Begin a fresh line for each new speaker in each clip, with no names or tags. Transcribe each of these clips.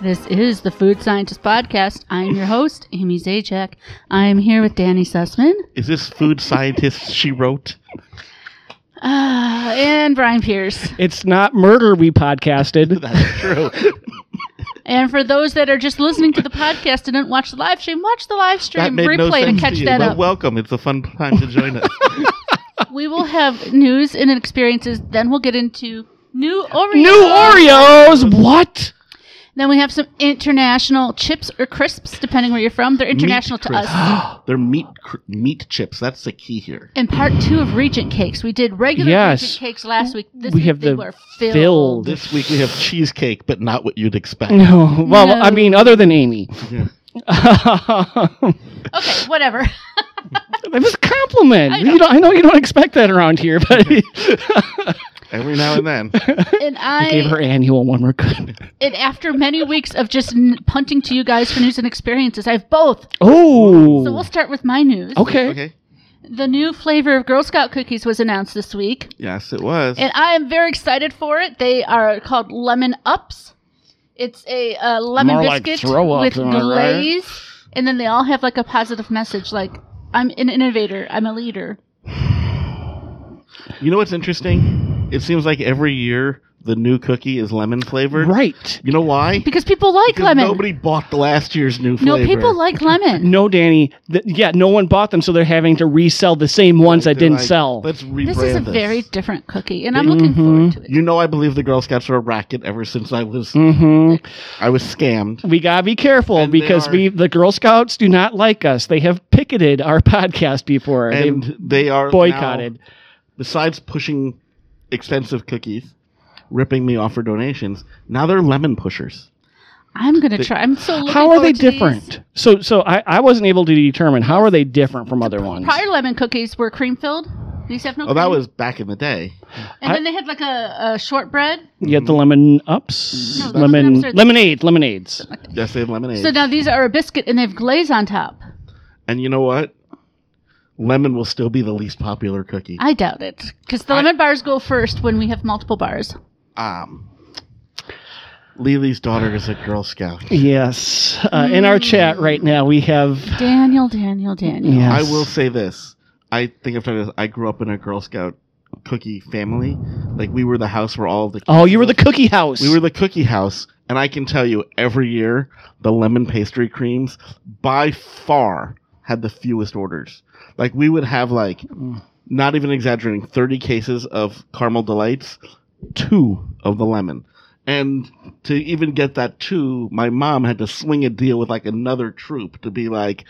This is the Food Scientist Podcast. I'm your host, Amy Zajac. I am here with Danny Sussman
Is this food scientist she wrote?
uh, and Brian Pierce.
It's not murder we podcasted.
That's true.
And for those that are just listening to the podcast and didn't watch the live stream, watch the live
that
stream
made
replay
no
to
sense
catch
you,
that
but
up.
welcome. It's a fun time to join us.
we will have news and experiences. Then we'll get into new Oreos.
New Oreos. What?
Then we have some international chips or crisps, depending where you're from. They're international to
crisps.
us.
They're meat cr- meat chips. That's the key here.
And part two of Regent cakes. We did regular
Yes.
Regent cakes last week. This
We
week
have
they
the
were filled.
filled.
This week we have cheesecake, but not what you'd expect.
No. Well,
No.
I mean, other than Amy.
Yeah.
it
Okay, whatever.
was a compliment.
I
I
know.
know. You don't, I know you don't expect that around here, but
Every now and then.
and
I gave her
I
annual one. We're good.
and after many weeks of just n- punting to you guys for news and experiences, I have both.
Oh.
So we'll start with my news.
okay.
Okay.
The new flavor of Girl Scout cookies was announced this week,
Yes, it was.
and I am very excited for it. They are called Lemon Ups. It's a uh, lemon
More like
biscuit
throw ups,
with
am I right?
glaze, and then they all have like a positive message, like "I'm an innovator, I'm a leader."
You know what's interesting? It seems like every year the new cookie is lemon flavored.
Right.
You know why?
Because people like
Because
lemon.
nobody bought last year's new
no,
flavor.
people like lemon.
No, Danny. Th- yeah, no one bought them, so they're having to resell the same ones that
They're
didn't
like,
sell.
Let's rebrand
This is a very different cookie, and I'm looking forward to
Mm-hmm.
it.
You know, I believe the Girl Scouts are a racket ever since I was
hmm
I was scammed.
We gotta be careful
And they
because
are-
we the Girl Scouts do not like us. They have picketed our podcast before.
And
They've
they are now-
boycotted.
besides pushing expensive cookies, ripping me off for donations, now they're lemon pushers.
I'm gonna try. I'm so looking
How are
forward
they
to these.
different? So so I, I wasn't able to determine how are they different from other ones.
Prior lemon cookies were cream filled. These have no.
Oh, that
cream.
was back in the day.
And
I-
then they had like a, a shortbread.
You get the lemon ups,
No, those
lemon
lemon ups are-
lemonade, lemonades.
Yes, they had lemonade.
So now these are a biscuit, and they have glaze on top.
and you know what? Lemon will still be the least popular cookie.
I doubt it, because the lemon bars go first when we have multiple bars.
um, Lily's daughter is a Girl Scout.
Yes, uh, in our
Mm.
chat right now we have.
Daniel, Daniel, Daniel.
Yes.
I will say this. I think I've told you this. I grew up in a Girl Scout cookie family. Like we were the house where all the
Oh, you were the cookie house.
we were the cookie house, and I can tell you every year the lemon pastry creams by far had the fewest orders. Like we would have like not even exaggerating 30 cases of caramel delights, two of the lemon. And to even get that two, my mom had to swing a deal with like another troop to be like,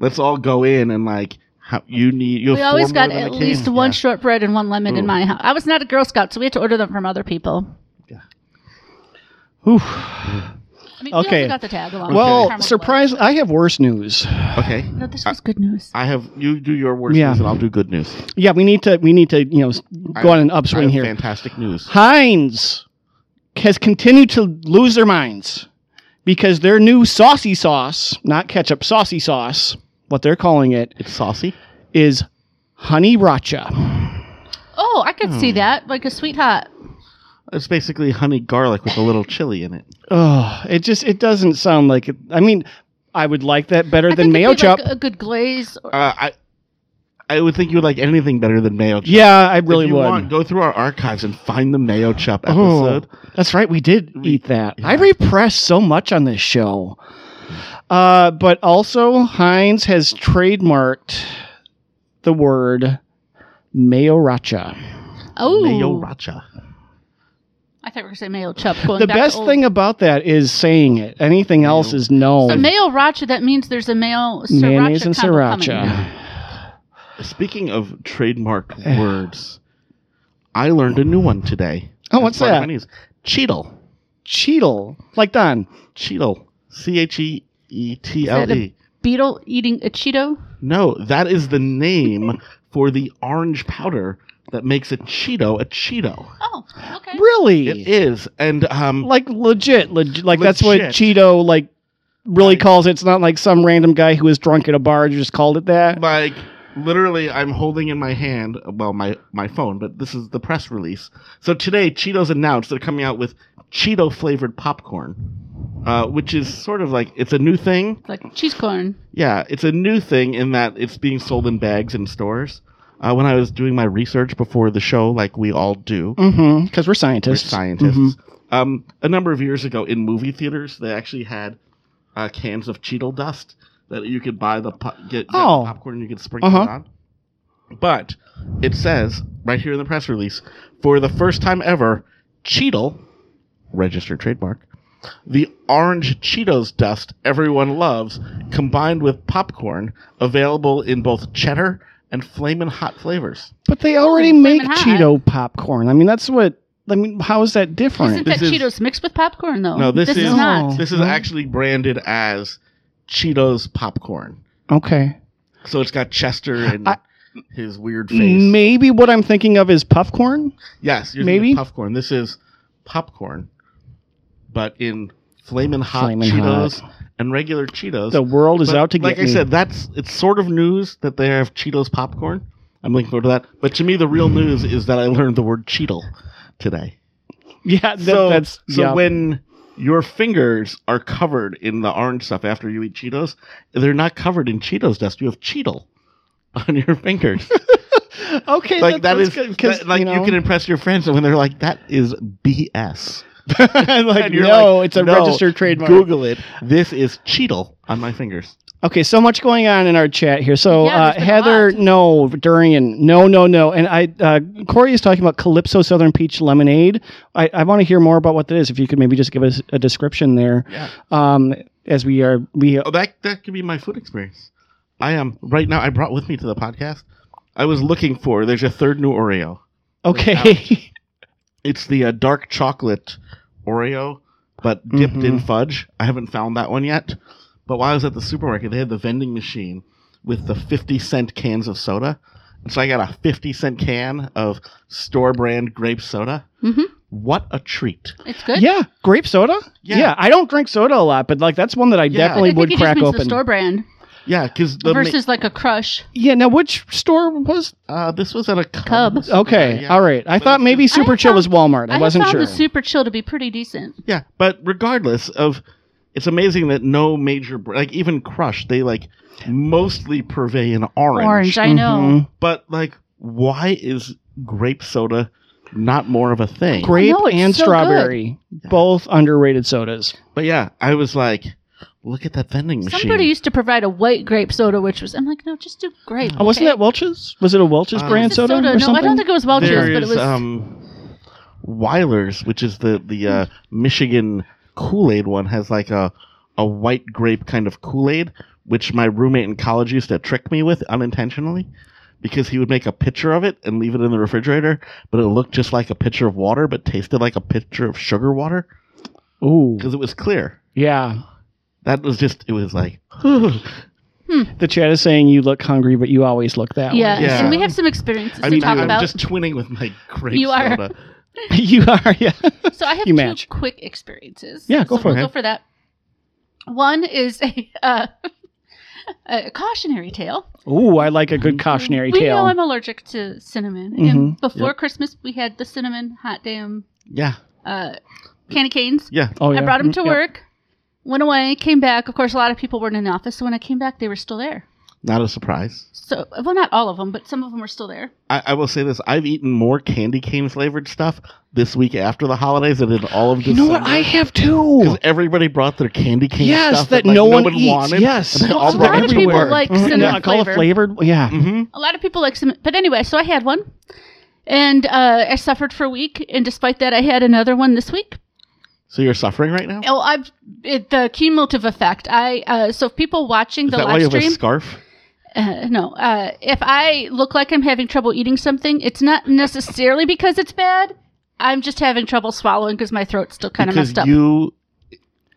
let's all go in and like, how, you need, you have
We always
four more
got
than
at
I
least
can.
one
Yeah.
shortbread and one lemon in my house. I was not a Girl Scout, so we had to order them from other people.
Whew.
I mean, we
Okay.
also got the tag along. with the
Well,
caramel
surprise! I have worse news.
Okay.
glaze. No, this was good news.
I have, you do your worst
Yeah.
news and I'll do good news.
Yeah, we need to we need to you know s-
I-
go on an
I
upswing
have
here.
fantastic news.
Heinz has continued to lose their minds because their new saucy sauce, not ketchup, saucy sauce, what they're calling it,
It's saucy.
is honey racha.
Oh, I could
hmm.
see that, like a sweet hot.
It's basically honey garlic with a little chili in it.
Oh, it just it doesn't sound like it. I mean, I would like that better
I
than
think it'd
mayo
be like
chop.
a good glaze. Or,
Uh, I I would think you would like anything better than mayo. Chup.
yeah, I really
if you
would.
Want, go through our archives and find the mayo chup
Oh,
episode.
That's right. We did
We-
eat that. I
yeah.
repressed so much on this show. Uh, but also, Heinz has trademarked the word mayoracha.
oh,
Mayo racha.
I thought we were going to say mayo chop. Going
The
back to
best
old-
thing about that is saying it. Anything else is no.
So mayo racha, that means there's a mayo sriracha
Mayonnaise and
combo coming.
sriracha.
Speaking of
Eh.
trademarked words, I learned a new one today.
Oh,
as
what's
part of my
that?
news. Cheetle.
Cheetle. Like Don.
Cheetle. C H E E T
Is
L
that
E.
a beetle eating a Cheeto?
No, that is the name for the orange powder that makes a Cheeto a Cheeto.
Oh, okay.
Really?
It is, and um,
Like legit. Leg- like that's what
Legit.
Cheeto like really
Like-
calls it. It's not like some random guy who was drunk at a bar just called it that.
like literally i'm holding in my hand well my my phone but this is the press release so today cheetos announced they're coming out with cheeto flavored popcorn uh, which is sort of like it's a new thing.
It's like cheese corn.
Yeah, it's a new thing in that it's being sold in bags in stores. Uh, when I was doing my research before the show, like we all do,
Mm-hmm. Because we're
we're
scientists.
scientists.
Mhm.
Um, a number of years ago, in movie theaters, they actually had uh, cans of Cheetle dust that you could buy the po- get, get the
Oh.
popcorn and you could sprinkle it
Uh-huh.
on. But it says right here in the press release, for the first time ever, Cheetle, registered trademark, the orange Cheetos dust everyone loves, combined with popcorn, available in both cheddar and flamin' hot flavors.
But they already
Flamin'
make
Hot.
Cheeto popcorn. I mean, that's what. I mean, how is that
Isn't
different?
that
This is-
Cheetos mixed with popcorn though?
No, this
is,
is-
not.
This is
No.
actually branded as Cheetos popcorn.
okay.
So it's got Chester and
I-
his weird face.
Maybe what I'm thinking of is puff corn.
yes, you're
maybe?
maybe popcorn. This is popcorn, but in flamin' hot
Flamin'
Cheetos and regular Cheetos.
The world is
But
out to
like
get
I
me.
said, that's it's sort of news that they have Cheetos popcorn. I'm looking forward to that. But to me, the real news is that I learned the word Cheetle today.
yeah, that,
so
that's
so
yeah.
when your fingers are covered in the orange stuff after you eat Cheetos, they're not covered in Cheetos dust. You have Cheetle on your fingers.
okay,
like that
that's
is
good, 'cause,
that- like you,
know,
can impress your friends when they're like that is BS.
like
And you're
no,
like,
it's a
"No,
registered trademark.
Google it. This is Cheetle on my fingers.
Okay, so much going on in our chat here. So
Yeah,
uh,
there's been a
Heather, no durian, no, no, no, and I. Uh, Corey is talking about Calypso Southern Peach Lemonade. I, I want to hear more about what that is. If you could maybe just give us a description there,
Yeah.
um, as we are we
Oh, that that could be my food experience. I am right now. I brought with me to the podcast. I was looking for. There's a third new Oreo.
okay.
It's the uh, dark chocolate Oreo, but dipped in
Mm-hmm.
fudge. I haven't found that one yet. But while I was at the supermarket, they had the vending machine with the 50 cent cans of soda. And so I got a 50 cent can of store brand grape soda.
Mhm.
What a treat.
It's good.
yeah, grape soda.
Yeah.
I don't drink soda a lot, but like that's one that I
Yeah.
But I
definitely
think
would
it just
crack
means
open.
the store brand
Yeah, because the. ma-
versus like a crush.
Yeah. Now, which store was?
uh, this was at a Cub.
Cub.
Okay.
Yeah.
All right. I
But
thought
it's
maybe
just-
Super
I
Chill was Walmart. I,
have
wasn't
found
sure.
the super chill to be pretty decent.
Yeah, but regardless of, it's amazing that no major br- like even Crush they like mostly purvey an orange.
Orange, I know.
Mhm.
But like, why is grape soda not more of a thing?
Mm-hmm. Grape
know, it's
and
so
strawberry, both underrated sodas.
But yeah, I was like, look at that
Mm-hmm.
vending machine.
Somebody used to provide a white grape soda, which was I'm like, no, just do grape.
Oh, wasn't
okay?
that Welch's? Was it a Welch's
Uh,
brand
It's a
soda, or
No,
something?
I don't think it was Welch's,
there
but it
is
was.
um, Weiler's, which is the the uh, Michigan Kool Aid one, has like a a white grape kind of Kool Aid, which my roommate in college used to trick me with unintentionally, because he would make a picture of it and leave it in the refrigerator, but it looked just like a pitcher of water, but tasted like a pitcher of sugar water
Ooh,
because it was clear.
yeah.
That was just it was like
The chat is saying you look hungry, but you always look that
yeah,
way.
Yeah.
and we have some experiences
I mean
to talk
I'm
about.
just twinning with my grape
You are.
soda.
you are. Yeah.
So I have
You
two
match.
quick experiences.
Yeah, go
So
for
we'll
it.
Go for that. One is a, uh, a cautionary tale.
Ooh, I like a good cautionary
Mm-hmm. we
tale. Mm-hmm.
know I'm allergic to cinnamon, and before Christmas we had the cinnamon hot damn
Yeah,
uh, candy canes.
yeah.
oh,
I brought them to
Yeah.
work. Went away, came back. Of course, a lot of people weren't in the office, so when I came back, they were still there.
Not a surprise.
So, well, not all of them, but some of them were still there.
I, I will say this: I've eaten more candy cane flavored stuff this week after the holidays than in all of December.
You know what? I have too.
because everybody brought their candy cane.
Yes,
stuff
that no one eats.
wanted.
Yes.
and they
Well,
all
a
brought
lot
it
of
to
people
work.
like
Mm,
cinnamon
yeah, call it
flavor.
flavored. Yeah.
Mhm.
A lot of people like some, but anyway, so I had one, and uh, I suffered for a week. And despite that, I had another one this week.
So you're suffering right now.
Oh, I've it, the cumulative effect. I uh, so if people watching
Is
the
that why
live
you have a
stream,
scarf?
uh, no, uh, if I look like I'm having trouble eating something, it's not necessarily because it's bad. I'm just having trouble swallowing because my throat's still kind of
because
messed up.
you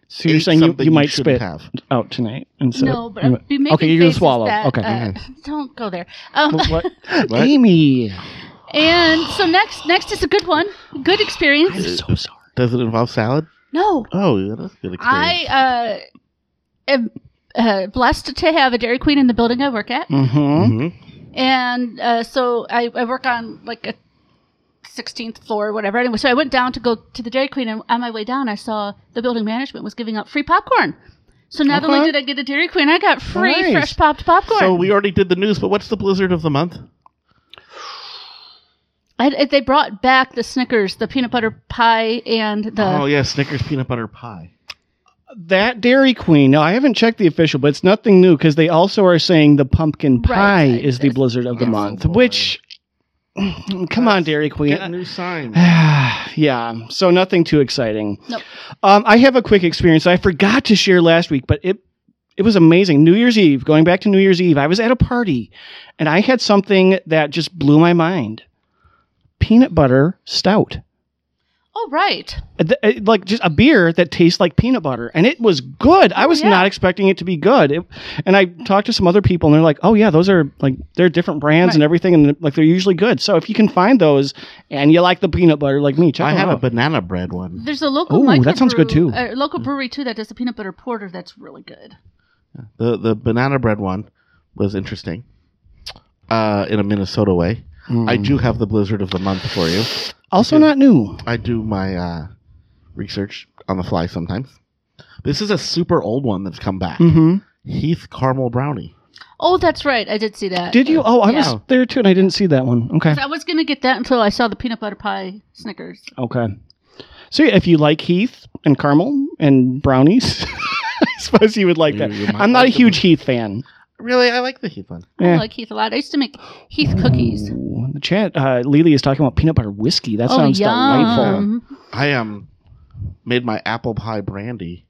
So you're
ate
saying you,
something
you might
shouldn't
spit
Have.
out tonight instead.
no, but
you
I'll
might-
be making
Okay, you're gonna
faces
swallow.
that,
Okay.
uh, don't go there. Um,
Well, what?
What?
Amy.
and so next, next is a good one, good
I'm
experience.
so sorry.
Does it involve salad?
No,
Oh, yeah, that's a good experience.
I uh, am uh, blessed to have a Dairy Queen in the building I work at,
Mm-hmm.
Mhm.
and uh, so I, I work on like a 16th floor or whatever. Anyway, so I went down to go to the Dairy Queen, and on my way down, I saw the building management was giving out free popcorn. So not only
Okay.
did I get a Dairy Queen, I got free
Nice.
fresh popped popcorn.
So we already did the news, but what's the blizzard of the month?
I, I- they brought back the Snickers, the peanut butter pie, and the.
oh yeah, Snickers peanut butter pie.
That Dairy Queen. Now I haven't checked the official, but it's nothing new because they also are saying the pumpkin
Right,
pie
right,
is the
yes.
blizzard of the
Oh,
month.
boy.
Which, come on, Dairy Queen.
Get new signs.
yeah, so nothing too exciting.
Nope.
Um, I have a quick experience I forgot to share last week, but it it was amazing. New Year's Eve, going back to New Year's Eve, I was at a party and I had something that just blew my mind. Peanut butter stout.
Oh, right.
Uh, th- uh, Like just a beer that tastes like peanut butter, and it was good. I was
yeah.
not expecting it to be good, it, and I talked to some other people, and they're like, "Oh yeah, those are like they're different brands and
Right.
everything, and like they're usually good." So if you can find those, and you like the peanut butter, like me, check
I
them
had
out.
a banana bread one.
There's a local.
Ooh, that sounds good,
microbrew-
too.
A local brewery too that does a peanut butter porter that's really good.
The the banana bread one was interesting. Uh, in a Minnesota way. I do have the blizzard of the month for you.
Also not new.
I do my uh, research on the fly sometimes. This is a super old one that's come back.
Mm-hmm.
Heath caramel brownie.
Oh, that's right. I did see that.
Did you? Oh, I
Yeah.
was there too, and I didn't see that one. Okay.
I was gonna get that until I saw the peanut butter pie Snickers.
Okay. So yeah, if you like Heath and caramel and brownies, I suppose you would like
You-
that.
you might
I'm not
like
a
them.
huge Heath fan.
Really, I like the Heath one.
Yeah.
I like Heath a lot. I used to make Heath cookies.
Ooh, the chat, uh, Lily is talking about peanut butter whiskey. That
oh,
sounds delightful.
yum.
I um made my apple pie brandy,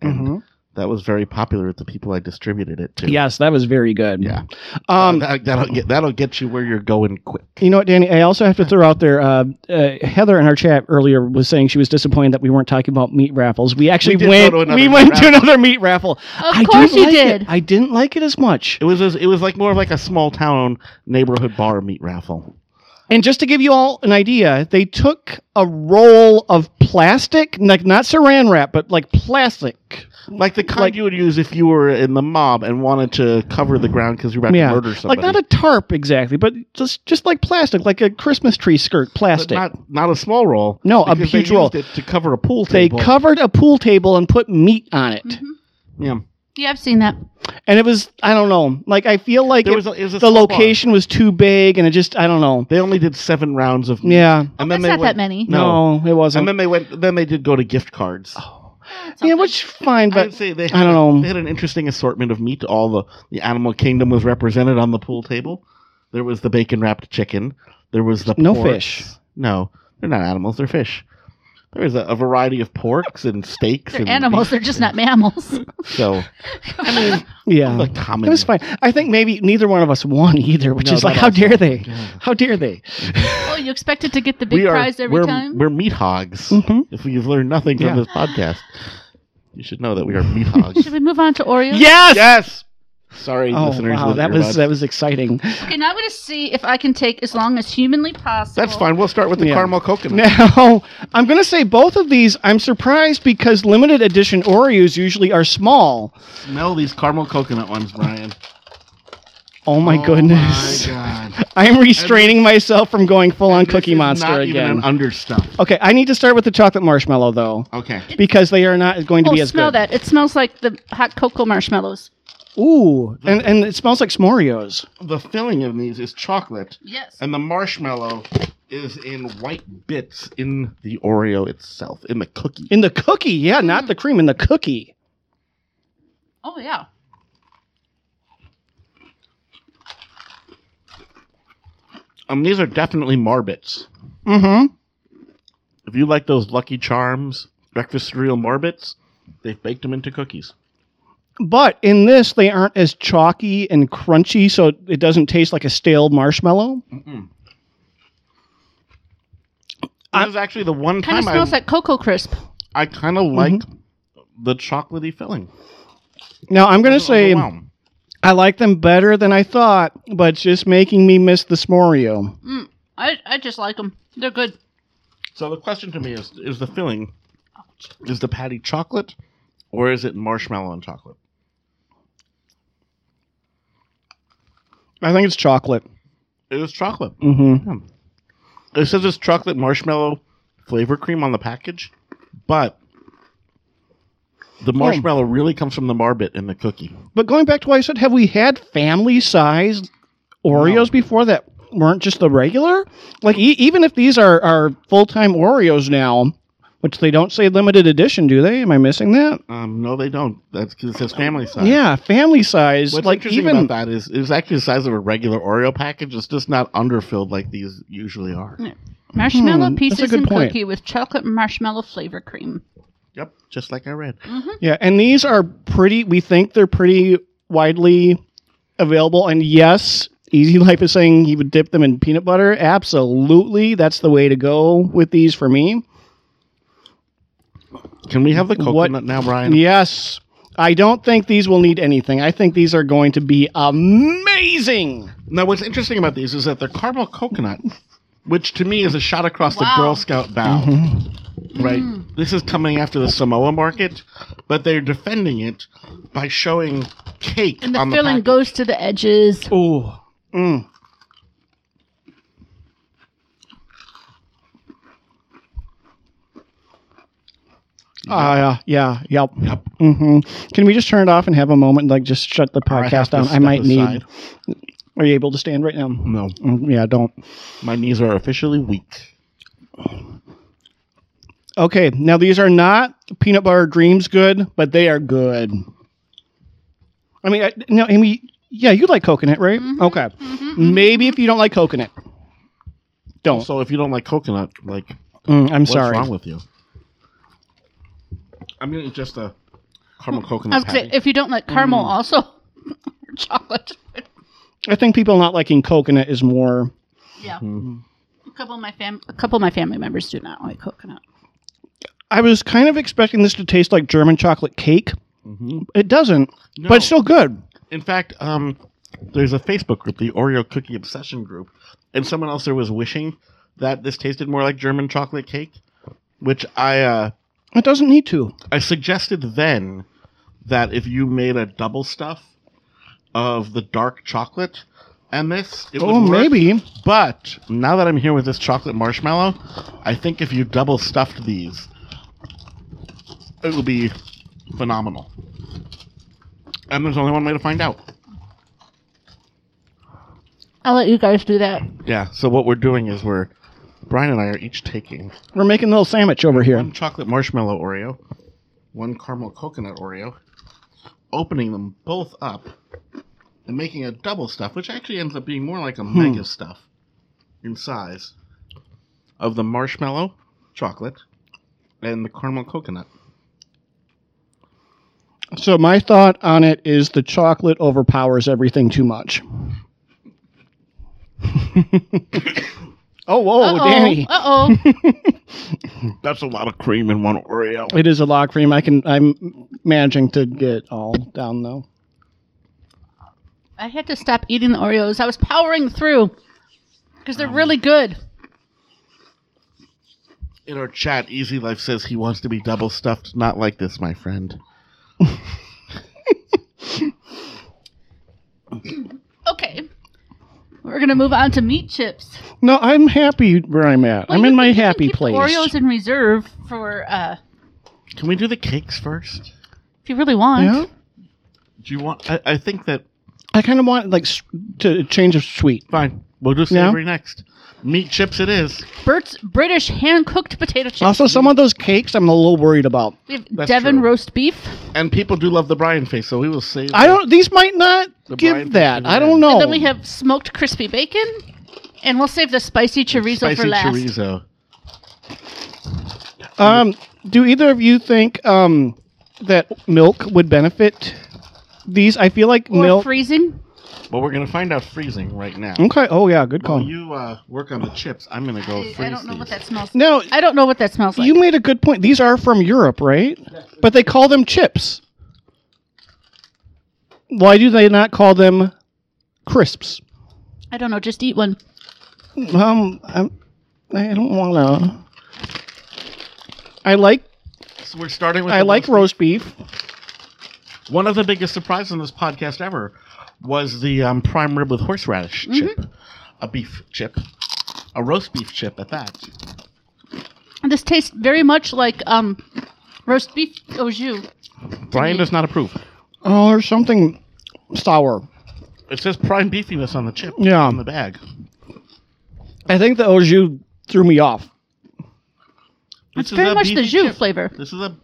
and
Mhm.
that was very popular with the people I distributed it to.
Yes, that was very good.
Yeah. Uh,
Um,
that, that'll get that'll get you where you're going quick.
You know what, Danny? I also have to throw out there. Uh, uh, Heather in our chat earlier was saying she was disappointed that we weren't talking about meat raffles. We actually
did
went.
go to another
we
meat
went to
raffle.
another meat raffle.
Of
I
course
didn't
you
like it.
did.
I didn't like it as much.
It was it was like more of like a small town neighborhood bar meat raffle.
And just to give you all an idea, they took a roll of plastic, like not saran wrap, but like plastic.
Like the kind
Like-
you would use if you were in the mob and wanted to cover the ground because you were about
Yeah.
to murder somebody.
Like not a tarp exactly, but just just like plastic, like a Christmas tree skirt,
But
plastic.
not not a small roll.
No, a
because they
huge roll.
used it to cover a pool
they
table.
covered a pool table and put meat on it.
Mhm.
yeah.
Yeah, I've seen that.
And it was I don't know. Like I feel like
There
it-
was a, it was a
the
small bar.
location was too big and it just I don't know.
They only did seven rounds of meat.
Yeah.
And
That's
they
not
went-
that many.
No, it
And
wasn't.
then they went. Then they did go to gift cards.
Yeah, which fine,
I
but
would say they.
Oh. I don't know.
They had an interesting assortment of meat. All the the animal kingdom was represented on the pool table. There was the bacon wrapped chicken. There was the
No
porks.
fish.
No, they're not animals. They're fish. There was a, a variety of porks and steaks.
They're
and
animals. They're just not mammals.
beef. So
Yeah.
the common.
It was fine. I think maybe neither one of us won either, which
No, Oh
is like,
that
how
also-
dare they?
Yeah.
How dare they?
oh, you expected to get the big
we are.
prize every
we're,
time?
we're meat hogs.
Mhm.
If you've learned nothing
Yeah.
from this podcast, you should know that we are meat
Should
hogs.
we move on to Oreos?
Yes.
yes. Sorry,
Oh
listeners.
wow,
with
that was
earbuds.
that was exciting.
Okay, now I'm going to see if I can take as long as humanly possible.
That's fine. We'll start with the
Yeah.
caramel coconut.
Now I'm going to say both of these. I'm surprised because limited edition Oreos usually are small.
Smell these caramel coconut ones, Brian.
Oh my goodness!
god.
I am restraining myself from going full on
This
Cookie
is
Monster
not even
again.
an understuff.
okay, I need to start with the chocolate marshmallow though,
Okay.
because they are not going to
Oh,
be as
smell
good.
that. It smells like the hot cocoa marshmallows.
Ooh, and and it smells like s'moreos.
The filling of these is chocolate,
Yes.
and the marshmallow is in white bits in the Oreo itself, in the cookie.
In the cookie, yeah, not the cream. In the cookie.
Oh, yeah.
Um, these are definitely Marbits.
Mm-hmm.
If you like those Lucky Charms breakfast cereal Marbits, they've baked them into cookies.
But in this, they aren't as chalky and crunchy, so it doesn't taste like a stale marshmallow.
This
I-
is actually the one
Kind of
time I,
smells like Cocoa Crisp.
I kind of like
Mm-hmm.
the chocolatey filling.
Now I'm gonna say
Overwhelmed.
I like them better than I thought, but it's just making me miss the s'moreo.
I, I just like them. They're good.
So the question to me is: Is the filling, is the patty chocolate, or is it marshmallow and chocolate?
I think it's chocolate.
It is chocolate.
Mm-hmm.
it says it's chocolate marshmallow flavor cream on the package, but the
Hmm.
marshmallow really comes from the marbit in the cookie.
But going back to what I said, have we had family sized Oreos before that weren't just the regular? Like, e- even if these are, are full time Oreos now, which they don't say limited edition, do they? Am I missing that?
Um, no, they don't. That's because it says family size.
Yeah, family size.
What's
like,
interesting
even.
about that is it was actually the size of a regular Oreo package. It's just not underfilled like these usually are.
Marshmallow
Hmm, that's a
pieces
good
and
point.
cookie with chocolate marshmallow flavor cream.
Yep, just like I read.
Yeah, and these are pretty. We think they're pretty widely available. And yes, Easy Life is saying he would dip them in peanut butter. Absolutely, that's the way to go with these for me.
Can we have the coconut
What-
now, Brian?
Yes, I don't think these will need anything. I think these are going to be amazing.
Now, what's interesting about these is that they're caramel coconut, which to me is a shot across
Wow. Mm.
the Girl Scout bow.
Mm-hmm.
Right? This is coming after the Samoa market, but they're defending it by showing cake
And the
on the
filling
package.
goes to the edges.
Ooh. Mm. Uh, yeah, yep.
Yep.
hmm Can we just turn it off and have a moment, and, like just shut the
I have
podcast
to
down? I
step
might
aside.
need. Are you able to stand right now?
No,
Mm, Yeah, don't.
my knees are officially weak.
Okay, now these are not peanut butter dreams good, but they are good. I mean, I, no, I mean, yeah, you like coconut, right? Okay, maybe if you don't like coconut, don't.
So if you don't like coconut, like
Mm, I'm
what's
sorry.
wrong with you? I'm gonna eat just a caramel
Mm.
coconut.
I was gonna say,
patty.
if you don't like caramel,
Mm.
also chocolate.
I think people not liking coconut is more.
Yeah.
Mm-hmm.
A couple of my fam, a couple of my family members do not like coconut.
I was kind of expecting this to taste like German chocolate cake.
Mhm.
It doesn't,
No.
but it's still good.
In fact, um, there's a Facebook group, the Oreo Cookie Obsession group, and someone else there was wishing that this tasted more like German chocolate cake, which I uh,
It doesn't need to.
I suggested then that if you made a double stuff of the dark chocolate and this, it
Oh,
would work.
maybe.
But now that I'm here with this chocolate marshmallow, I think if you double stuffed these, it would be phenomenal. And there's only one way to find out.
I'll let you guys do that.
Yeah. So what we're doing is we're Brian and I are each taking
We're making a little sandwich over here.
one chocolate marshmallow Oreo, one caramel coconut Oreo, opening them both up, and making a double stuff, which actually ends up being more like a mega stuff in size of the marshmallow chocolate and the caramel coconut.
So my thought on it is the chocolate overpowers everything too much. oh, whoa, Danny!
Uh oh.
That's a lot of cream in one Oreo.
It is a lot of cream. I can. I'm managing to get all down though.
I had to stop eating the Oreos. I was powering through because they're really good.
In our chat, Easy Life says he wants to be double stuffed. Not like this, my friend.
Okay. We're gonna move on to meat chips.
No, I'm happy where I'm at.
Well,
I'm
you
in my
can- you can
happy
keep the
place.
Oreos in reserve for uh,
Can we do the cakes first?
if you really want.
yeah,
Do you want? I, I think that
I kind of want like s- to change of sweet.
Fine. We'll do
Yeah.
savory next. Meat chips it is.
Bert's British hand cooked potato chips.
Also, some of those cakes I'm a little worried about.
we have
That's
Devon
true.
roast beef.
And people do love the Brian face, so we will save
I don't. These might not
The
give
brine
that.
fishes
I
are
don't
in.
know.
And then we have smoked crispy bacon. And we'll save the spicy
the
chorizo
spicy
for last.
chorizo.
Um, do either of you think um, that milk would benefit these? I feel like
Or
milk.
freezing.
But we're gonna find out freezing right now.
okay. Oh yeah, good call.
While you uh, work on the chips, I'm gonna go
I,
freeze
I don't know what
these.
that smells like.
now
I don't know what that smells like.
you made a good point. These are from Europe, right? But they call them chips. Why do they not call them crisps?
I don't know. Just eat one.
Um, I'm, I don't want to. I like
So we're starting with
I
the
like
roast.
roast beef.
One of the biggest surprises on this podcast
Mm-hmm.
ever was the um, prime rib with horseradish chip, a beef chip. a roast beef chip at that.
This tastes very much like um, roast beef au jus.
Brian does not approve.
Oh, there's something sour.
It says prime beefiness on the chip.
Yeah.
On the bag.
I think the au jus threw me off.
This
It's
is
very
a
much the
beefy
jus
chip.
flavor.
This is a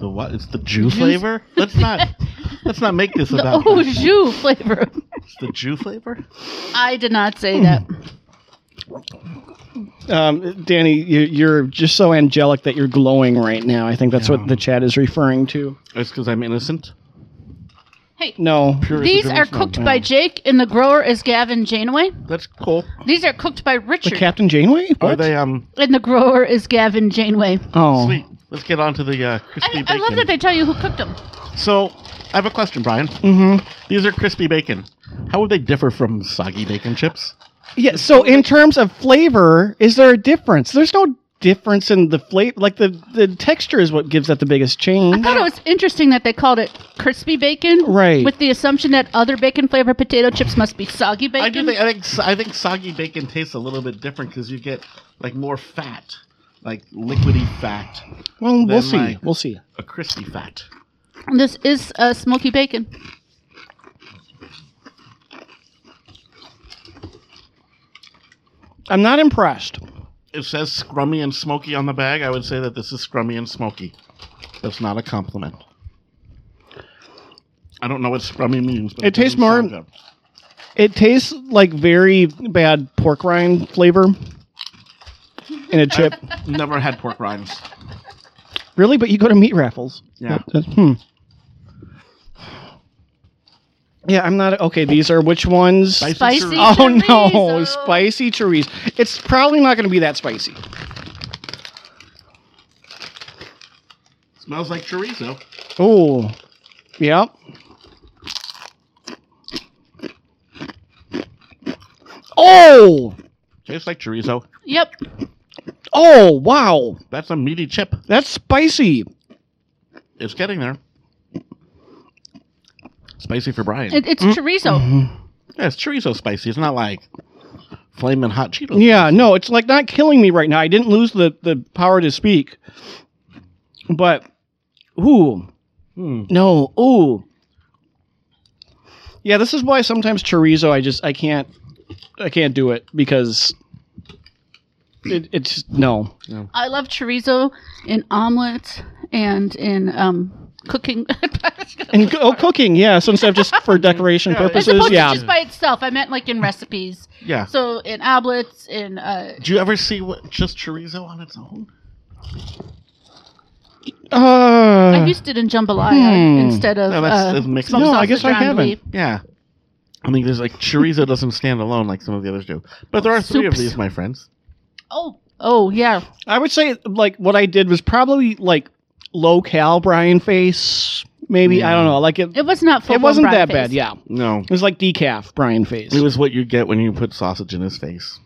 the what? It's the Jew flavor. Let's not let's not make this
The
about
au
that.
jus flavor.
It's the Jew flavor.
I did not say that.
Um, Danny, you, you're just so angelic that you're glowing right now. I think that's what the chat is referring to.
It's because I'm innocent.
Hey,
No,
Pure as
these
the
are
Jewish
cooked
man.
by Jake, and the grower is Gavin Janeway.
That's cool.
These are cooked by
the
Richard,
Captain Janeway.
Are
What?
they um?
and the grower is Gavin Janeway.
oh,
Sweet. Let's get on to the uh, crispy
I, I
bacon.
love that they tell you who cooked them.
So I have a question, Brian.
Mm-hmm.
These are crispy bacon. How would they differ from soggy bacon chips?
Yeah. So in terms of flavor, is there a difference? There's no difference in the flavor. Like the the texture is what gives that the biggest
I
change.
thought it was interesting that they called it crispy bacon,
Right.
With the assumption that other bacon flavored potato chips must be soggy bacon.
I do think I think so- I think soggy bacon tastes a little bit different because you get like more fat, like liquidy fat,
Well,
Then
we'll see.
my-
We'll see.
a crispy fat.
this is uh, smoky bacon.
I'm not impressed.
It says scrummy and smoky on the bag. I would say that this is scrummy and smoky. That's not a compliment. I don't know what scrummy means. But
It tastes
doesn't
more-
sound good.
It tastes like very bad pork rind flavor in a chip.
Never had pork rinds.
really, but you go to meat raffles.
Yeah.
Hmm. Yeah, I'm not okay. These are which ones?
Spicy
Spicy.
chorizo.
Oh no,
Chorizo.
spicy chorizo. It's probably not going to be that spicy.
Smells like chorizo.
Oh, yep. Oh,
Tastes like chorizo.
Yep.
oh, wow,
That's a meaty chip.
that's spicy.
It's getting there. Spicy for Brian.
It, it's
Mm-hmm.
chorizo.
yeah, it's chorizo spicy. It's not like flaming hot Cheetos.
Yeah, no, it's like not killing me right now. I didn't lose the the power to speak, but ooh,
Hmm.
no, ooh, yeah. This is why sometimes chorizo, I just I can't, I can't do it because it, it's no.
I love chorizo in omelets and in um, cooking.
And co- oh, cooking, yeah. So instead of just for decoration
Yeah,
As
purposes,
opposed
yeah.
to just by itself, I meant like in recipes.
Yeah.
So in omelets, in uh,
Do you ever see what just chorizo on its own?
I
Uh,
used it in jambalaya
Hmm.
instead of
No, that's-
uh,
that's mixed
smoked
No, I
sausage
guess I
andouille.
haven't.
Yeah. I mean, there's like chorizo doesn't stand alone like some of the others do. But there are three of
Soups.
these, my friends.
Oh, oh yeah.
I would say like what I did was probably like low cal Brian face, maybe I don't know. Like it, it,
It was not. full-blown
wasn't
brown
that
face.
bad. Yeah, it
No.
was like decaf Brian face.
It was what you get when you put sausage in his face.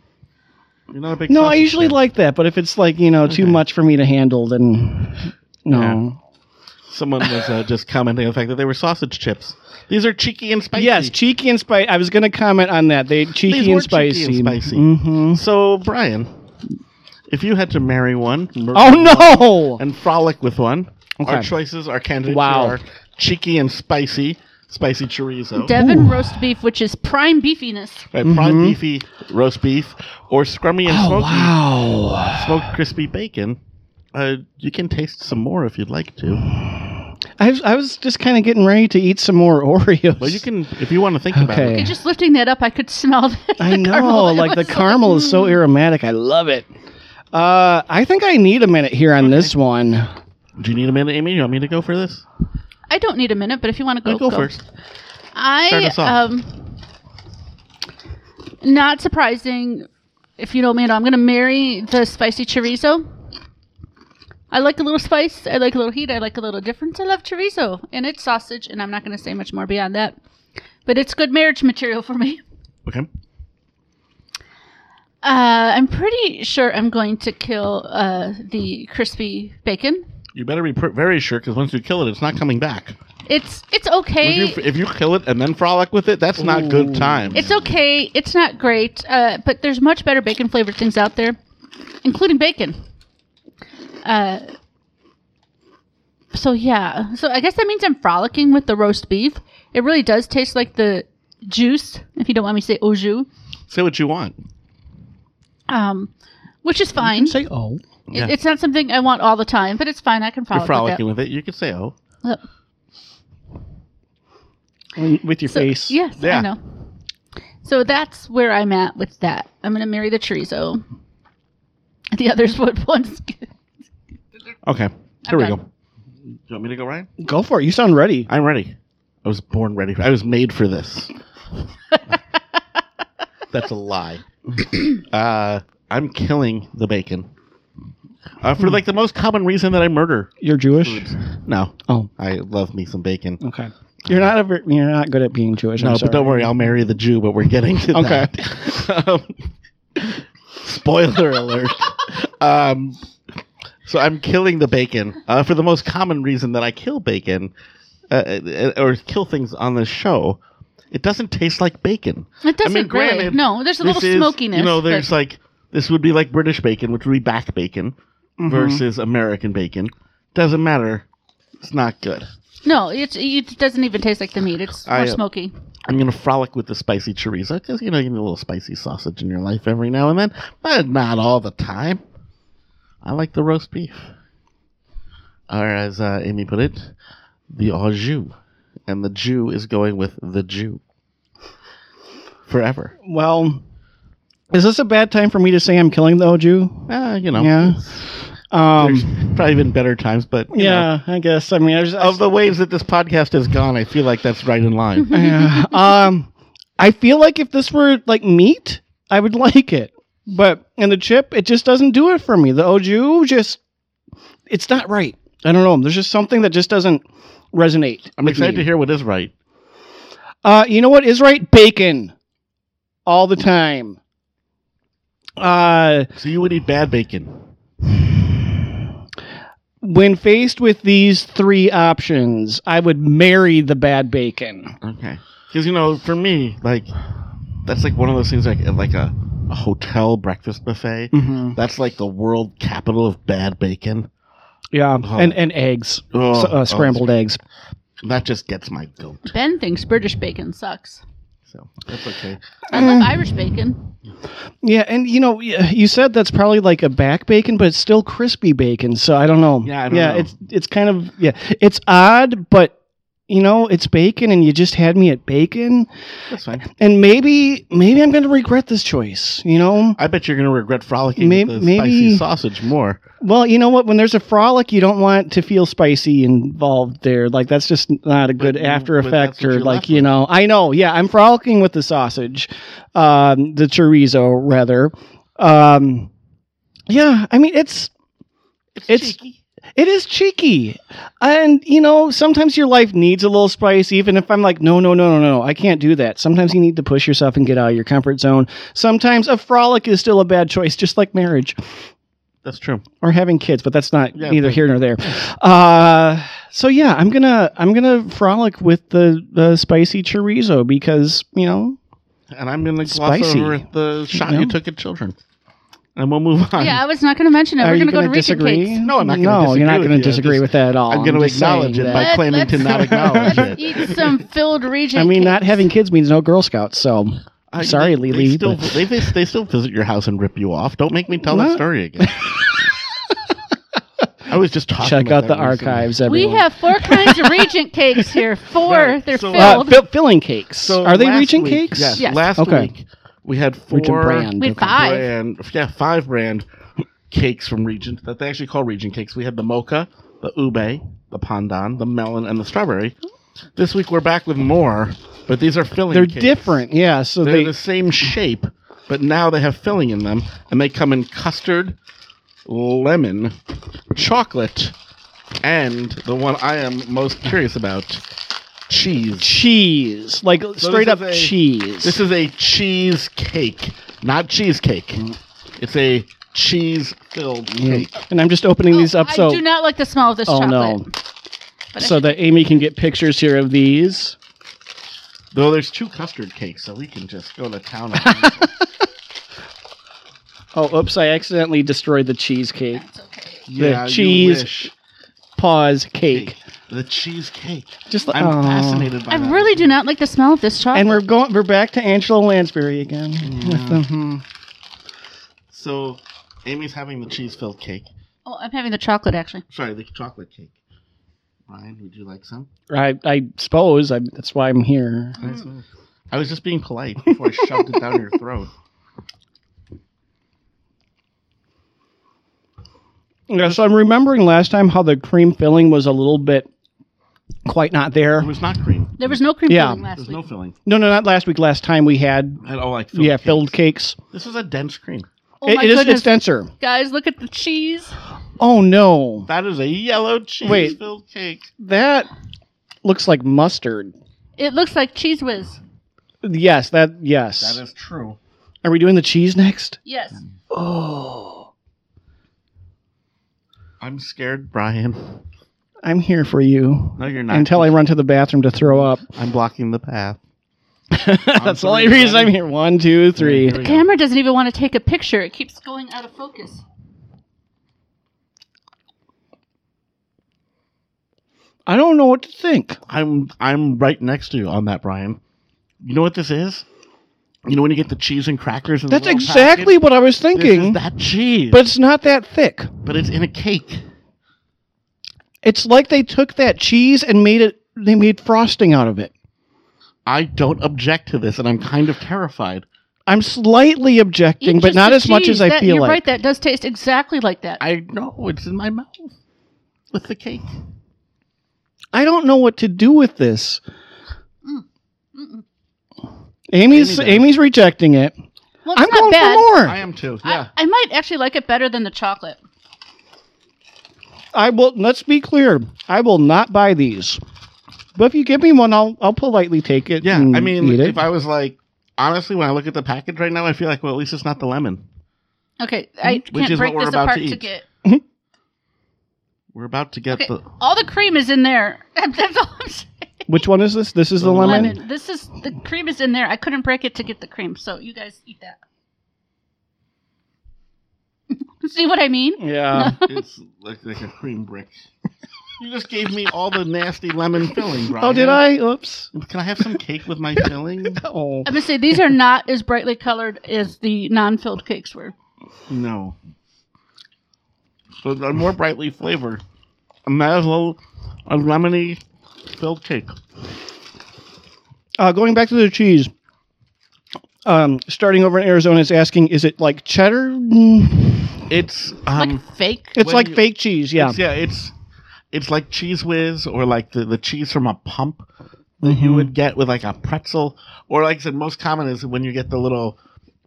You're not a big
No, I
sausage
usually
fan.
like that, but if it's like you know too
Okay.
much for me to handle, then no.
Someone was uh, just commenting on the fact that they were sausage chips. These are cheeky and spicy.
Yes, cheeky and spicy. I was going to comment on that. They cheeky,
were
and
cheeky
spicy.
and spicy.
hmm
So, Brian, if you had to marry one, murder
Oh
one,
no!
and frolic with one, our
Okay.
choices, our candidates
Wow.
are cheeky and spicy, spicy chorizo,
Devon roast beef, which is prime beefiness.
right, prime beefy roast beef, or scrummy and
Mm-hmm. Oh
smoky
wow!
smoked crispy bacon. Uh, you can taste some more if you'd like to.
I was, I was just kind of getting ready to eat some more Oreos.
Well, you can if you want to think about
Okay.
it.
Okay, just lifting that up, I could smell the,
I know,
caramel. It
like the
was
caramel is so aromatic. I love it. Uh, I think I need a minute here on this one.
Do you need a minute, Amy? You want me to go for this?
I don't need a minute, but if you want to go,
You go first. Start
I
us off.
um, not surprising. If you know me, at all, I'm going to marry the spicy chorizo. I like a little spice. I like a little heat. I like a little difference. I love chorizo, and it's sausage, and I'm not going to say much more beyond that. But it's good marriage material for me.
Okay.
Uh, I'm pretty sure I'm going to kill uh, the crispy bacon.
You better be pr- very sure because once you kill it, it's not coming back.
It's it's
If
okay.
you, if you kill it and then frolic with it, that's not
Ooh.
good time.
It's okay. It's not great, uh, but there's much better bacon flavored things out there, including bacon. Uh, so yeah, so I guess that means I'm frolicking with the roast beef. It really does taste like the juice, if you don't want me to say au jus,
Say what you want.
um, which is
You can
fine.
say oh.
It-
Yeah.
It's not something I want all the time, but it's fine. I can
You're
frolic.
frolicking
with
with it. You can say, oh.
that. Uh,
When- with your
So-
face.
Yes,
Yeah.
I know. So that's where I'm at with that. I'm going to marry the chorizo. The others would once.
Okay. Here
I'm
we go.
done.
Do you want me to go, Ryan?
Go for it. You sound ready.
I'm ready. I was born ready. I was made for this. That's a lie. uh, I'm killing the bacon. Uh, for like the most common reason that I murder.
You're Jewish.
No,
Oh,
I love me some bacon.
okay. You're not ever. You're not good at being Jewish.
No,
I'm
but don't
sorry.
worry, I'll marry the Jew, but we're getting to
Okay.
that. um, spoiler alert. Um, so I'm killing the bacon uh, for the most common reason that I kill bacon uh, uh, or kill things on this show. It doesn't taste like bacon.
It doesn't
mean,
really.
granted,
No, there's a
This
little
is-
smokiness.
You know,
but-
there's like this would be like British bacon, which would be back bacon
Mhm.
versus American bacon. Doesn't matter. It's not good.
no, it's, it doesn't even taste like the meat. It's more
I, uh,
smoky.
I'm gonna frolic with the spicy chorizo because you know you need a little spicy sausage in your life every now and then, but not all the time. I like the roast beef, or as uh, Amy put it, the au jus, and the Jew is going with the Jew forever.
Well, is this a bad time for me to say I'm killing the Oju?
Uh, you know,
Yeah.
there's
Um.
probably been better times, but you know,
Yeah, I guess. I mean, there's I-
of the ways that this podcast has gone, I feel like that's right in
Mm-hmm.
line.
yeah. Um, I feel like if this were like meat, I would like it. But and the chip, it just doesn't do it for me. The Oju just, it's not right. I don't know. There's just something that just doesn't resonate.
I'm
with
excited
me.
to hear what is right.
Uh, you know what is right? Bacon, all the time. Uh,
So you would eat bad bacon.
when faced with these three options, I would marry the bad bacon.
Okay. Because you know, for me, like that's like one of those things like at like a, a hotel breakfast buffet.
Mm-hmm.
That's like the world capital of bad bacon.
Yeah,
Oh.
and and eggs,
Oh,
S- uh, scrambled eggs.
oh, that just gets my goat.
Ben thinks British bacon sucks.
So that's okay.
I
Mm.
love Irish bacon.
Yeah, and you know, y- you said that's probably like a back bacon, but it's still crispy bacon. So I don't know.
Yeah, I don't
yeah,
know.
it's it's kind of yeah, it's odd, but you know, it's bacon, and you just had me at bacon,
That's fine.
and maybe maybe I'm going to regret this choice. You know,
I bet you're gonna regret frolicking
May-
with the
maybe-
spicy sausage more.
well, you know what? When there's a frolic, you don't want to feel spicy involved there. Like that's just not a good
But-
after
but
effect,
that's what
or
you're
like
left
you
with.
know, I know. Yeah, I'm frolicking with the sausage, um, the chorizo rather. Um, yeah, I mean it's It's-
cheeky.
It is cheeky. And, you know, sometimes your life needs a little spice, even if I'm like, no, no, no, no, no, I can't do that. Sometimes you need to push yourself and get out of your comfort zone. Sometimes a frolic is still a bad choice, just like marriage
That's true.
or having kids, but that's not
Yeah,
neither
but-
here nor there. Uh, so yeah, I'm gonna I'm gonna frolic with the, the spicy chorizo because, you know,
And I'm gonna gloss
Spicy.
over the shot
No.
you took at children. And we'll move on.
yeah, I was not going to mention it.
are
We're
you
going to go to Reese's
disagree?
Cakes.
No, I'm not gonna
No, you're
disagree
not
with
gonna
you.
disagree
Just-
with that at all.
I'm gonna
just
acknowledge
saying
it by
that-
claiming to not acknowledge it.
Eat some filled region.
I mean, not
cakes.
having kids means no Girl Scouts, so
I- they,
Sorry, Lily,
They still,
but-
they, they, they still visit your house and rip you off. Don't make me tell
No.
that story again. I was just talking.
check
about
out the
that recently.
archives. Everyone.
We have four kinds of regent cakes here. Four.
Right,
They're
so-
uh,
filled.
fill- filling cakes. Are they
last
region
week-
cakes?
Yes.
Yes.
Last
Okay.
week we had four
Regent brand.
we have
okay.
five.
brand- yeah, five brand cakes from Regent that they actually call Regent cakes. We had the mocha, the ube, the pandan, the melon, and the strawberry. This week we're back with more, but these are filling.
They're
cakes.
different. Yeah. So
They're
they.
the same shape, but now they have filling in them, and they come in custard, lemon, chocolate, and the one I am most curious about, cheese.
Cheese, like straight
this
up
is a-
cheese.
This is a cheese cake, not cheesecake. It's a cheese filled cake.
and I'm just opening these up.
Oh, I
so
do not like the smell of this
oh
chocolate.
no,
But I
so that Amy can get pictures here of these.
Though there's two custard cakes, so we can just go to town. on these.
Oh, oops! I accidentally destroyed the cheesecake.
That's okay.
yeah, you
cheese
wish.
Pause cake.
The cheesecake.
Just like
I'm fascinated by
I
that.
really do not like the smell of this chocolate.
And we're going. We're back to Angela Lansbury again. with the- hmm.
So, Amy's having the cheese filled cake.
oh, I'm having the chocolate actually.
Sorry, the chocolate cake. Ryan, would you like some?
I, I suppose I, that's why I'm here.
I was just being polite before I shoved it down your throat.
Yeah, so I'm remembering last time how the cream filling was a little bit quite not there.
It was not cream.
There was no cream
Yeah.
filling last
There's
week.
no filling.
No, no, not last week. Last time we had
At all, like
yeah
cakes.
filled cakes.
This was a dense cream.
oh
It-
my
it is
goodness,
it's denser.
guys! Look at the cheese.
Oh no,
That is a yellow cheese
Wait.
filled cake.
that looks like mustard.
It looks like cheese whiz.
Yes, that yes.
That is true.
Are we doing the cheese next?
Yes.
Oh,
I'm scared, Brian.
I'm here for you
No, you're not.
until I run to the bathroom to throw up.
I'm blocking the path.
that's the
sorry,
only reason
Brian.
I'm here. One, two, three.
Here we go.
Camera doesn't even want to take a picture. It keeps going out of focus.
I don't know what to think.
I'm I'm right next to you on that, Brian. You know what this is? You know when you get the cheese and crackers and
That's exactly what I was
this is
thinking.
that cheese,
But it's not that thick.
but it's in a cake.
It's like they took that cheese and made it. They made frosting out of it.
I don't object to this, and I'm kind of terrified.
I'm slightly objecting,
Eat
but
just
not
the
as much as
cheese.
I
That-
feel
you're
like.
right. That does taste exactly like that.
I know it's in my mouth with the cake.
I don't know what to do with this.
Mm,
Amy's
Amy does.
Amy's rejecting it.
well, it's
I'm
not
going
bad.
for
I
more.
am too.
I-
Yeah,
I might actually like it better than the chocolate.
I will. Let's be clear. I will not buy these. But if you give me one, I'll I'll politely take it.
yeah.
and
I mean,
Mm, eat it.
if I was like, honestly, when I look at the package right now, I feel like, well, at least it's not the lemon.
Okay, I
Which
can't
is
break
what we're
this
about
apart
to
to,
eat.
get.
We're about to get
Okay,
the.
all the cream is in there. That's all I'm saying.
Which one is this? This is the lemon.
Lemon. This is the cream is in there. I couldn't break it to get the cream, so you guys eat that. See what I mean?
Yeah.
it's like like a cream brick. You just gave me all the nasty lemon filling, Brian.
oh, did I? Oops.
Can I have some cake with my filling?
Oh.
I'm gonna say these are not as brightly colored as the non-filled cakes were.
No. So they're more brightly flavored. A might as well a lemony filled cake.
Uh, going back to the cheese. Um, starting over in Arizona is asking, is it like cheddar? Mm,
It's um,
like fake.
It's
When
like
you-
fake cheese. Yeah.
it's- yeah, it's it's like cheese whiz or like the, the cheese from a pump that
Mm-hmm.
you would get with like a pretzel. Or like I said, most common is when you get the little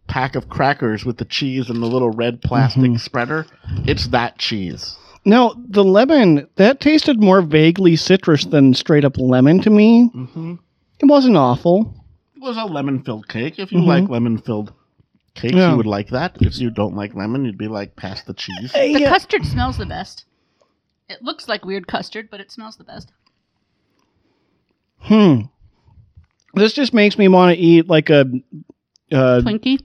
pack of crackers with the cheese and the little red plastic
Mm-hmm.
spreader. It's that cheese.
Now the lemon that tasted more vaguely citrus than straight up lemon to me.
Mm-hmm.
It wasn't awful.
It was a lemon filled cake. If you
Mhm.
like lemon filled cakes,
Yeah.
you would like that. If you don't like lemon, you'd be like, pass the cheese.
The
Yeah.
custard smells the best. It looks like weird custard, but it smells the best.
Hmm. This just makes me want to eat like a. Uh,
Twinkie.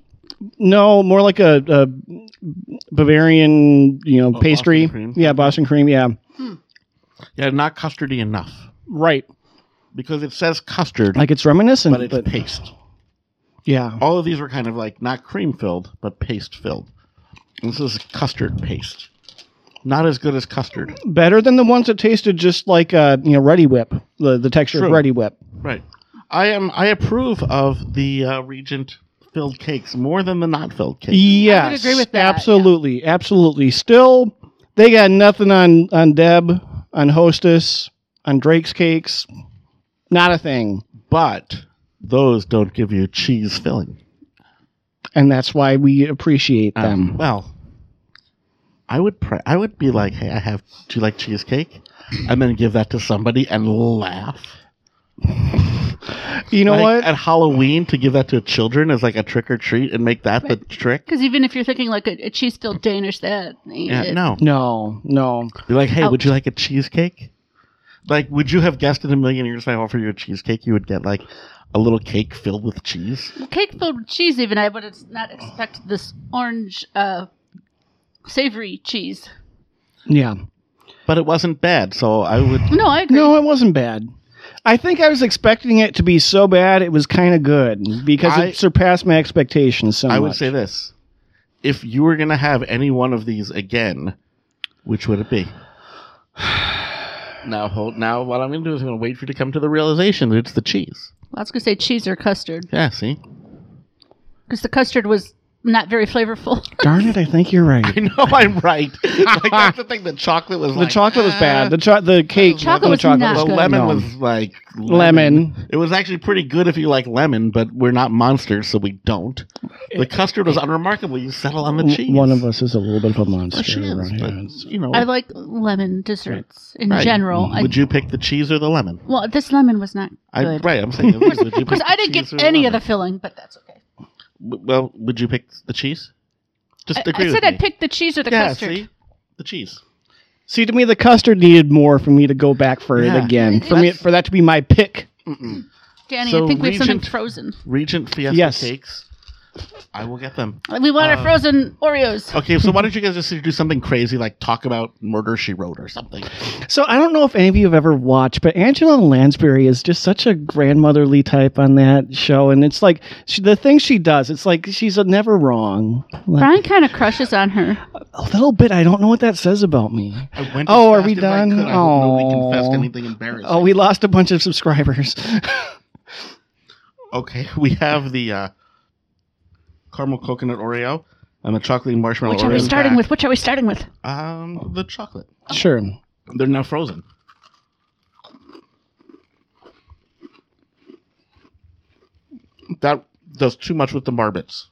no, more like a, a Bavarian, you know,
Oh, Boston
pastry.
cream.
Yeah, Boston cream. Yeah,
Yeah, not custardy enough
right.
because it says custard,
Like it's reminiscent,
but
but,
it's paste.
yeah,
All of these were kind of like not cream filled, but paste filled. This is custard paste. Not as good as custard.
better than the ones that tasted just like uh, you know, Ready Whip. The the texture of
True.
Ready Whip.
Right. I am. I approve of the uh, Regent filled cakes more than the not filled cakes.
Yes,
I would agree with that, yeah.
Absolutely, absolutely. Still, they got nothing on on Deb, on Hostess, on Drake's cakes. Not a thing,
But those don't give you cheese filling.
and that's why we appreciate them.
Well, Um, I would pre- I would be like, "Hey, I have. Do you like cheesecake?" And then give that to somebody and laugh.
you know
Like,
what?
At Halloween, to give that to children as like a trick or treat and make that the trick.
Because even if you're thinking like a, a cheese still Danish, that ain't
Yeah,
it.
no.
no, no.
Be like, "Hey, would you like a cheesecake?" Like, would you have guessed in a million years if I offered you a cheesecake, you would get like a little cake filled with cheese?
Well, cake filled with cheese, even I would have not expect this orange, uh, savory cheese.
Yeah.
But it wasn't bad, so I would.
No, I agree.
No, it wasn't bad. I think I was expecting it to be so bad it was kind of good because
I-
it surpassed my expectations so
I would
much.
say this: if you were gonna have any one of these again, which would it be? Now, hold. Now, what I'm gonna do is I'm gonna wait for you to come to the realization that it's the cheese.
I was gonna say cheese or custard
Yeah, see,
because the custard was not very flavorful.
Darn it, I think you're right.
I know I'm right. like that's the thing. The chocolate was
The
like,
chocolate was bad. The cho- the cake,
Chocolate
the
was
chocolate
not
The
good.
lemon
No.
was like
Lemon.
It was actually pretty good if you like lemon, but we're not monsters, so we don't. The custard was unremarkable. You settle on the cheese.
One of us is a little bit of a monster.
Well, she is,
around here.
but,
It's-
you know,
I like lemon desserts in
Right.
general. I,
Would you pick the cheese or the lemon?
well, this lemon was not
I,
good.
right, I'm saying.
Because
Because
I didn't get any of the filling, but that's okay.
Well, would you pick the cheese? Just
I, I
agree with
said
me.
I'd pick the cheese or the
yeah,
custard.
see, the cheese.
See, to me, the custard needed more for me to go back for
Yeah.
it again. For me,
That's-
for that to be my pick.
Danny,
So
I think we have something
Regent-
frozen.
Regent Fiesta
Yes.
cakes. I will get them.
We want
Uh,
our frozen Oreos.
Okay, so why don't you guys just do something crazy like talk about Murder She Wrote or something?
So I don't know if any of you have ever watched, but Angela Lansbury is just such a grandmotherly type on that show, and it's like she, the thing she does. It's like she's uh never wrong. Like,
Brian kind of crushes on her.
a little bit. I don't know what that says about me.
I went
Oh, are
fast
we
as I
done?
could. I hope nobody confessed
Aw.
anything embarrassing.
Oh, we lost a bunch of subscribers.
Okay, we have the uh, caramel coconut Oreo and the chocolate marshmallow
Which
Oreo.
are we
in the
starting
back.
with? Which are we starting with?
Um, the chocolate.
sure.
They're now frozen. That does too much with the marbots.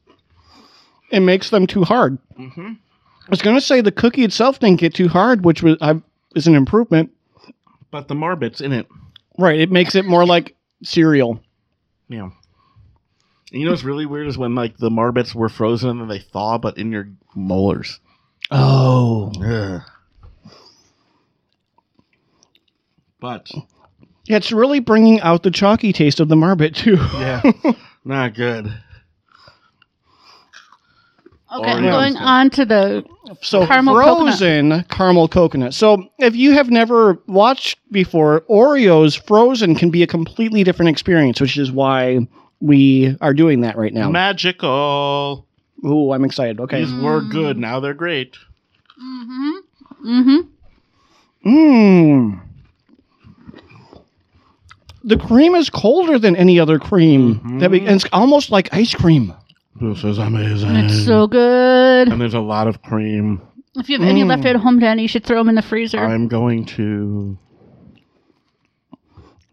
It makes them too hard.
Mm-hmm.
I was going to say the cookie itself didn't get too hard, which was I, is an improvement.
But the marbots in it,
Right. It makes it more like cereal.
yeah. And you know what's really weird is when like the marbots were frozen and then they thaw, but in your molars.
Oh.
Ugh. But
Yeah, it's really bringing out the chalky taste of the marbit too.
yeah, not good.
Okay,
Oreos.
going on to the.
So
Caramel
frozen caramel coconut. So if you have never watched before, Oreos frozen can be a completely different experience, which is why we are doing that right now.
Magical.
Ooh, I'm excited. Okay.
These were good. Now they're great.
Mm-hmm. Mm-hmm.
Mmm. The cream is colder than any other cream. That we, and it's almost like ice cream.
This is amazing.
It's so good.
and there's a lot of cream.
If you have
Mm.
any left at home, Danny, you should throw them in the freezer.
I'm going to.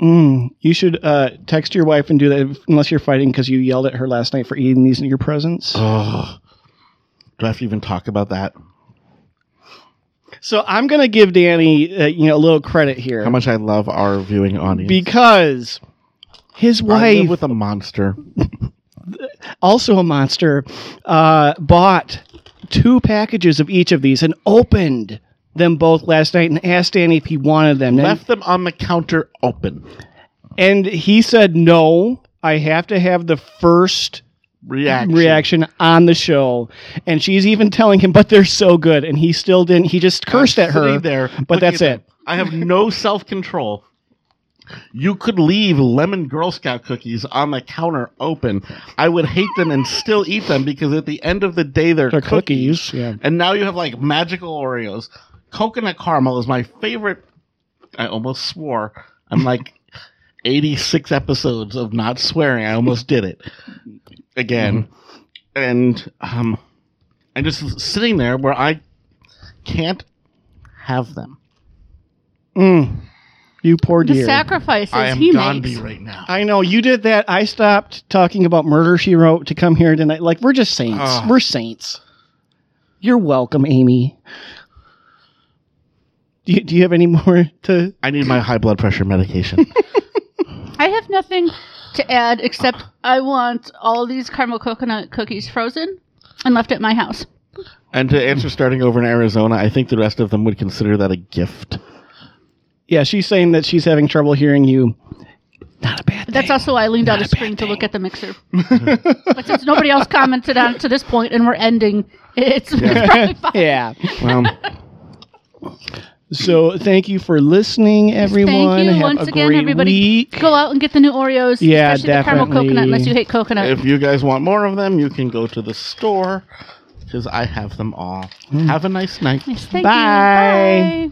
Mm. You should uh, text your wife and do that unless you're fighting because you yelled at her last night for eating these in your presence.
Oh, do I have to even talk about that?
So I'm gonna give Danny, uh, you know, a little credit here
How much I love our viewing audience.
because his
I live
wife,
with a monster.
also a monster, uh, bought two packages of each of these and opened them both last night and asked Danny if he wanted them. And-
Left them on the counter open.
and he said no. I have to have the first
Reaction.
reaction on the show, and she's even telling him, "But they're so good," and he still didn't. He just cursed at her.
Sitting there,
but
looking
that's
at
it.
them. I have no self control. You could leave lemon Girl Scout cookies on the counter open. I would hate them and still eat them because at the end of the day, they're,
They're
cookies.
cookies. Yeah.
And now you have like magical Oreos. Coconut caramel is my favorite. I almost swore. I'm like 86 episodes of not swearing. I almost did it again.
Mm-hmm.
And um, I'm just sitting there where I can't have them.
Mm. You poor
the
dear.
sacrifices
I am
he
Gandhi
makes.
right now.
I know you did that. I stopped talking about murder she wrote to come here tonight. Like we're just saints.
Ugh.
We're saints. You're welcome, Amy. Do you, do you have any more to?
I need my high blood pressure medication.
I have nothing to add except I want all these caramel coconut cookies frozen and left at my house.
and to answer starting over in Arizona, I think the rest of them would consider that a gift.
Yeah, she's saying that she's having trouble hearing you. Not a bad thing.
That's also why I leaned out
Not
a
a bad
screen to look at the mixer. but since nobody else commented on it to this point and we're ending, it's, it's probably fine.
yeah.
Well,
So thank you for listening, everyone.
Thank you
Have
once
a
again,
great
everybody.
week.
Go out and get the new Oreos,
Yeah,
especially the caramel
definitely.
coconut, unless you hate coconut.
if you guys want more of them, you can go to the store because I have them all. Have a nice night.
Yes, thank you.
Bye.
Bye.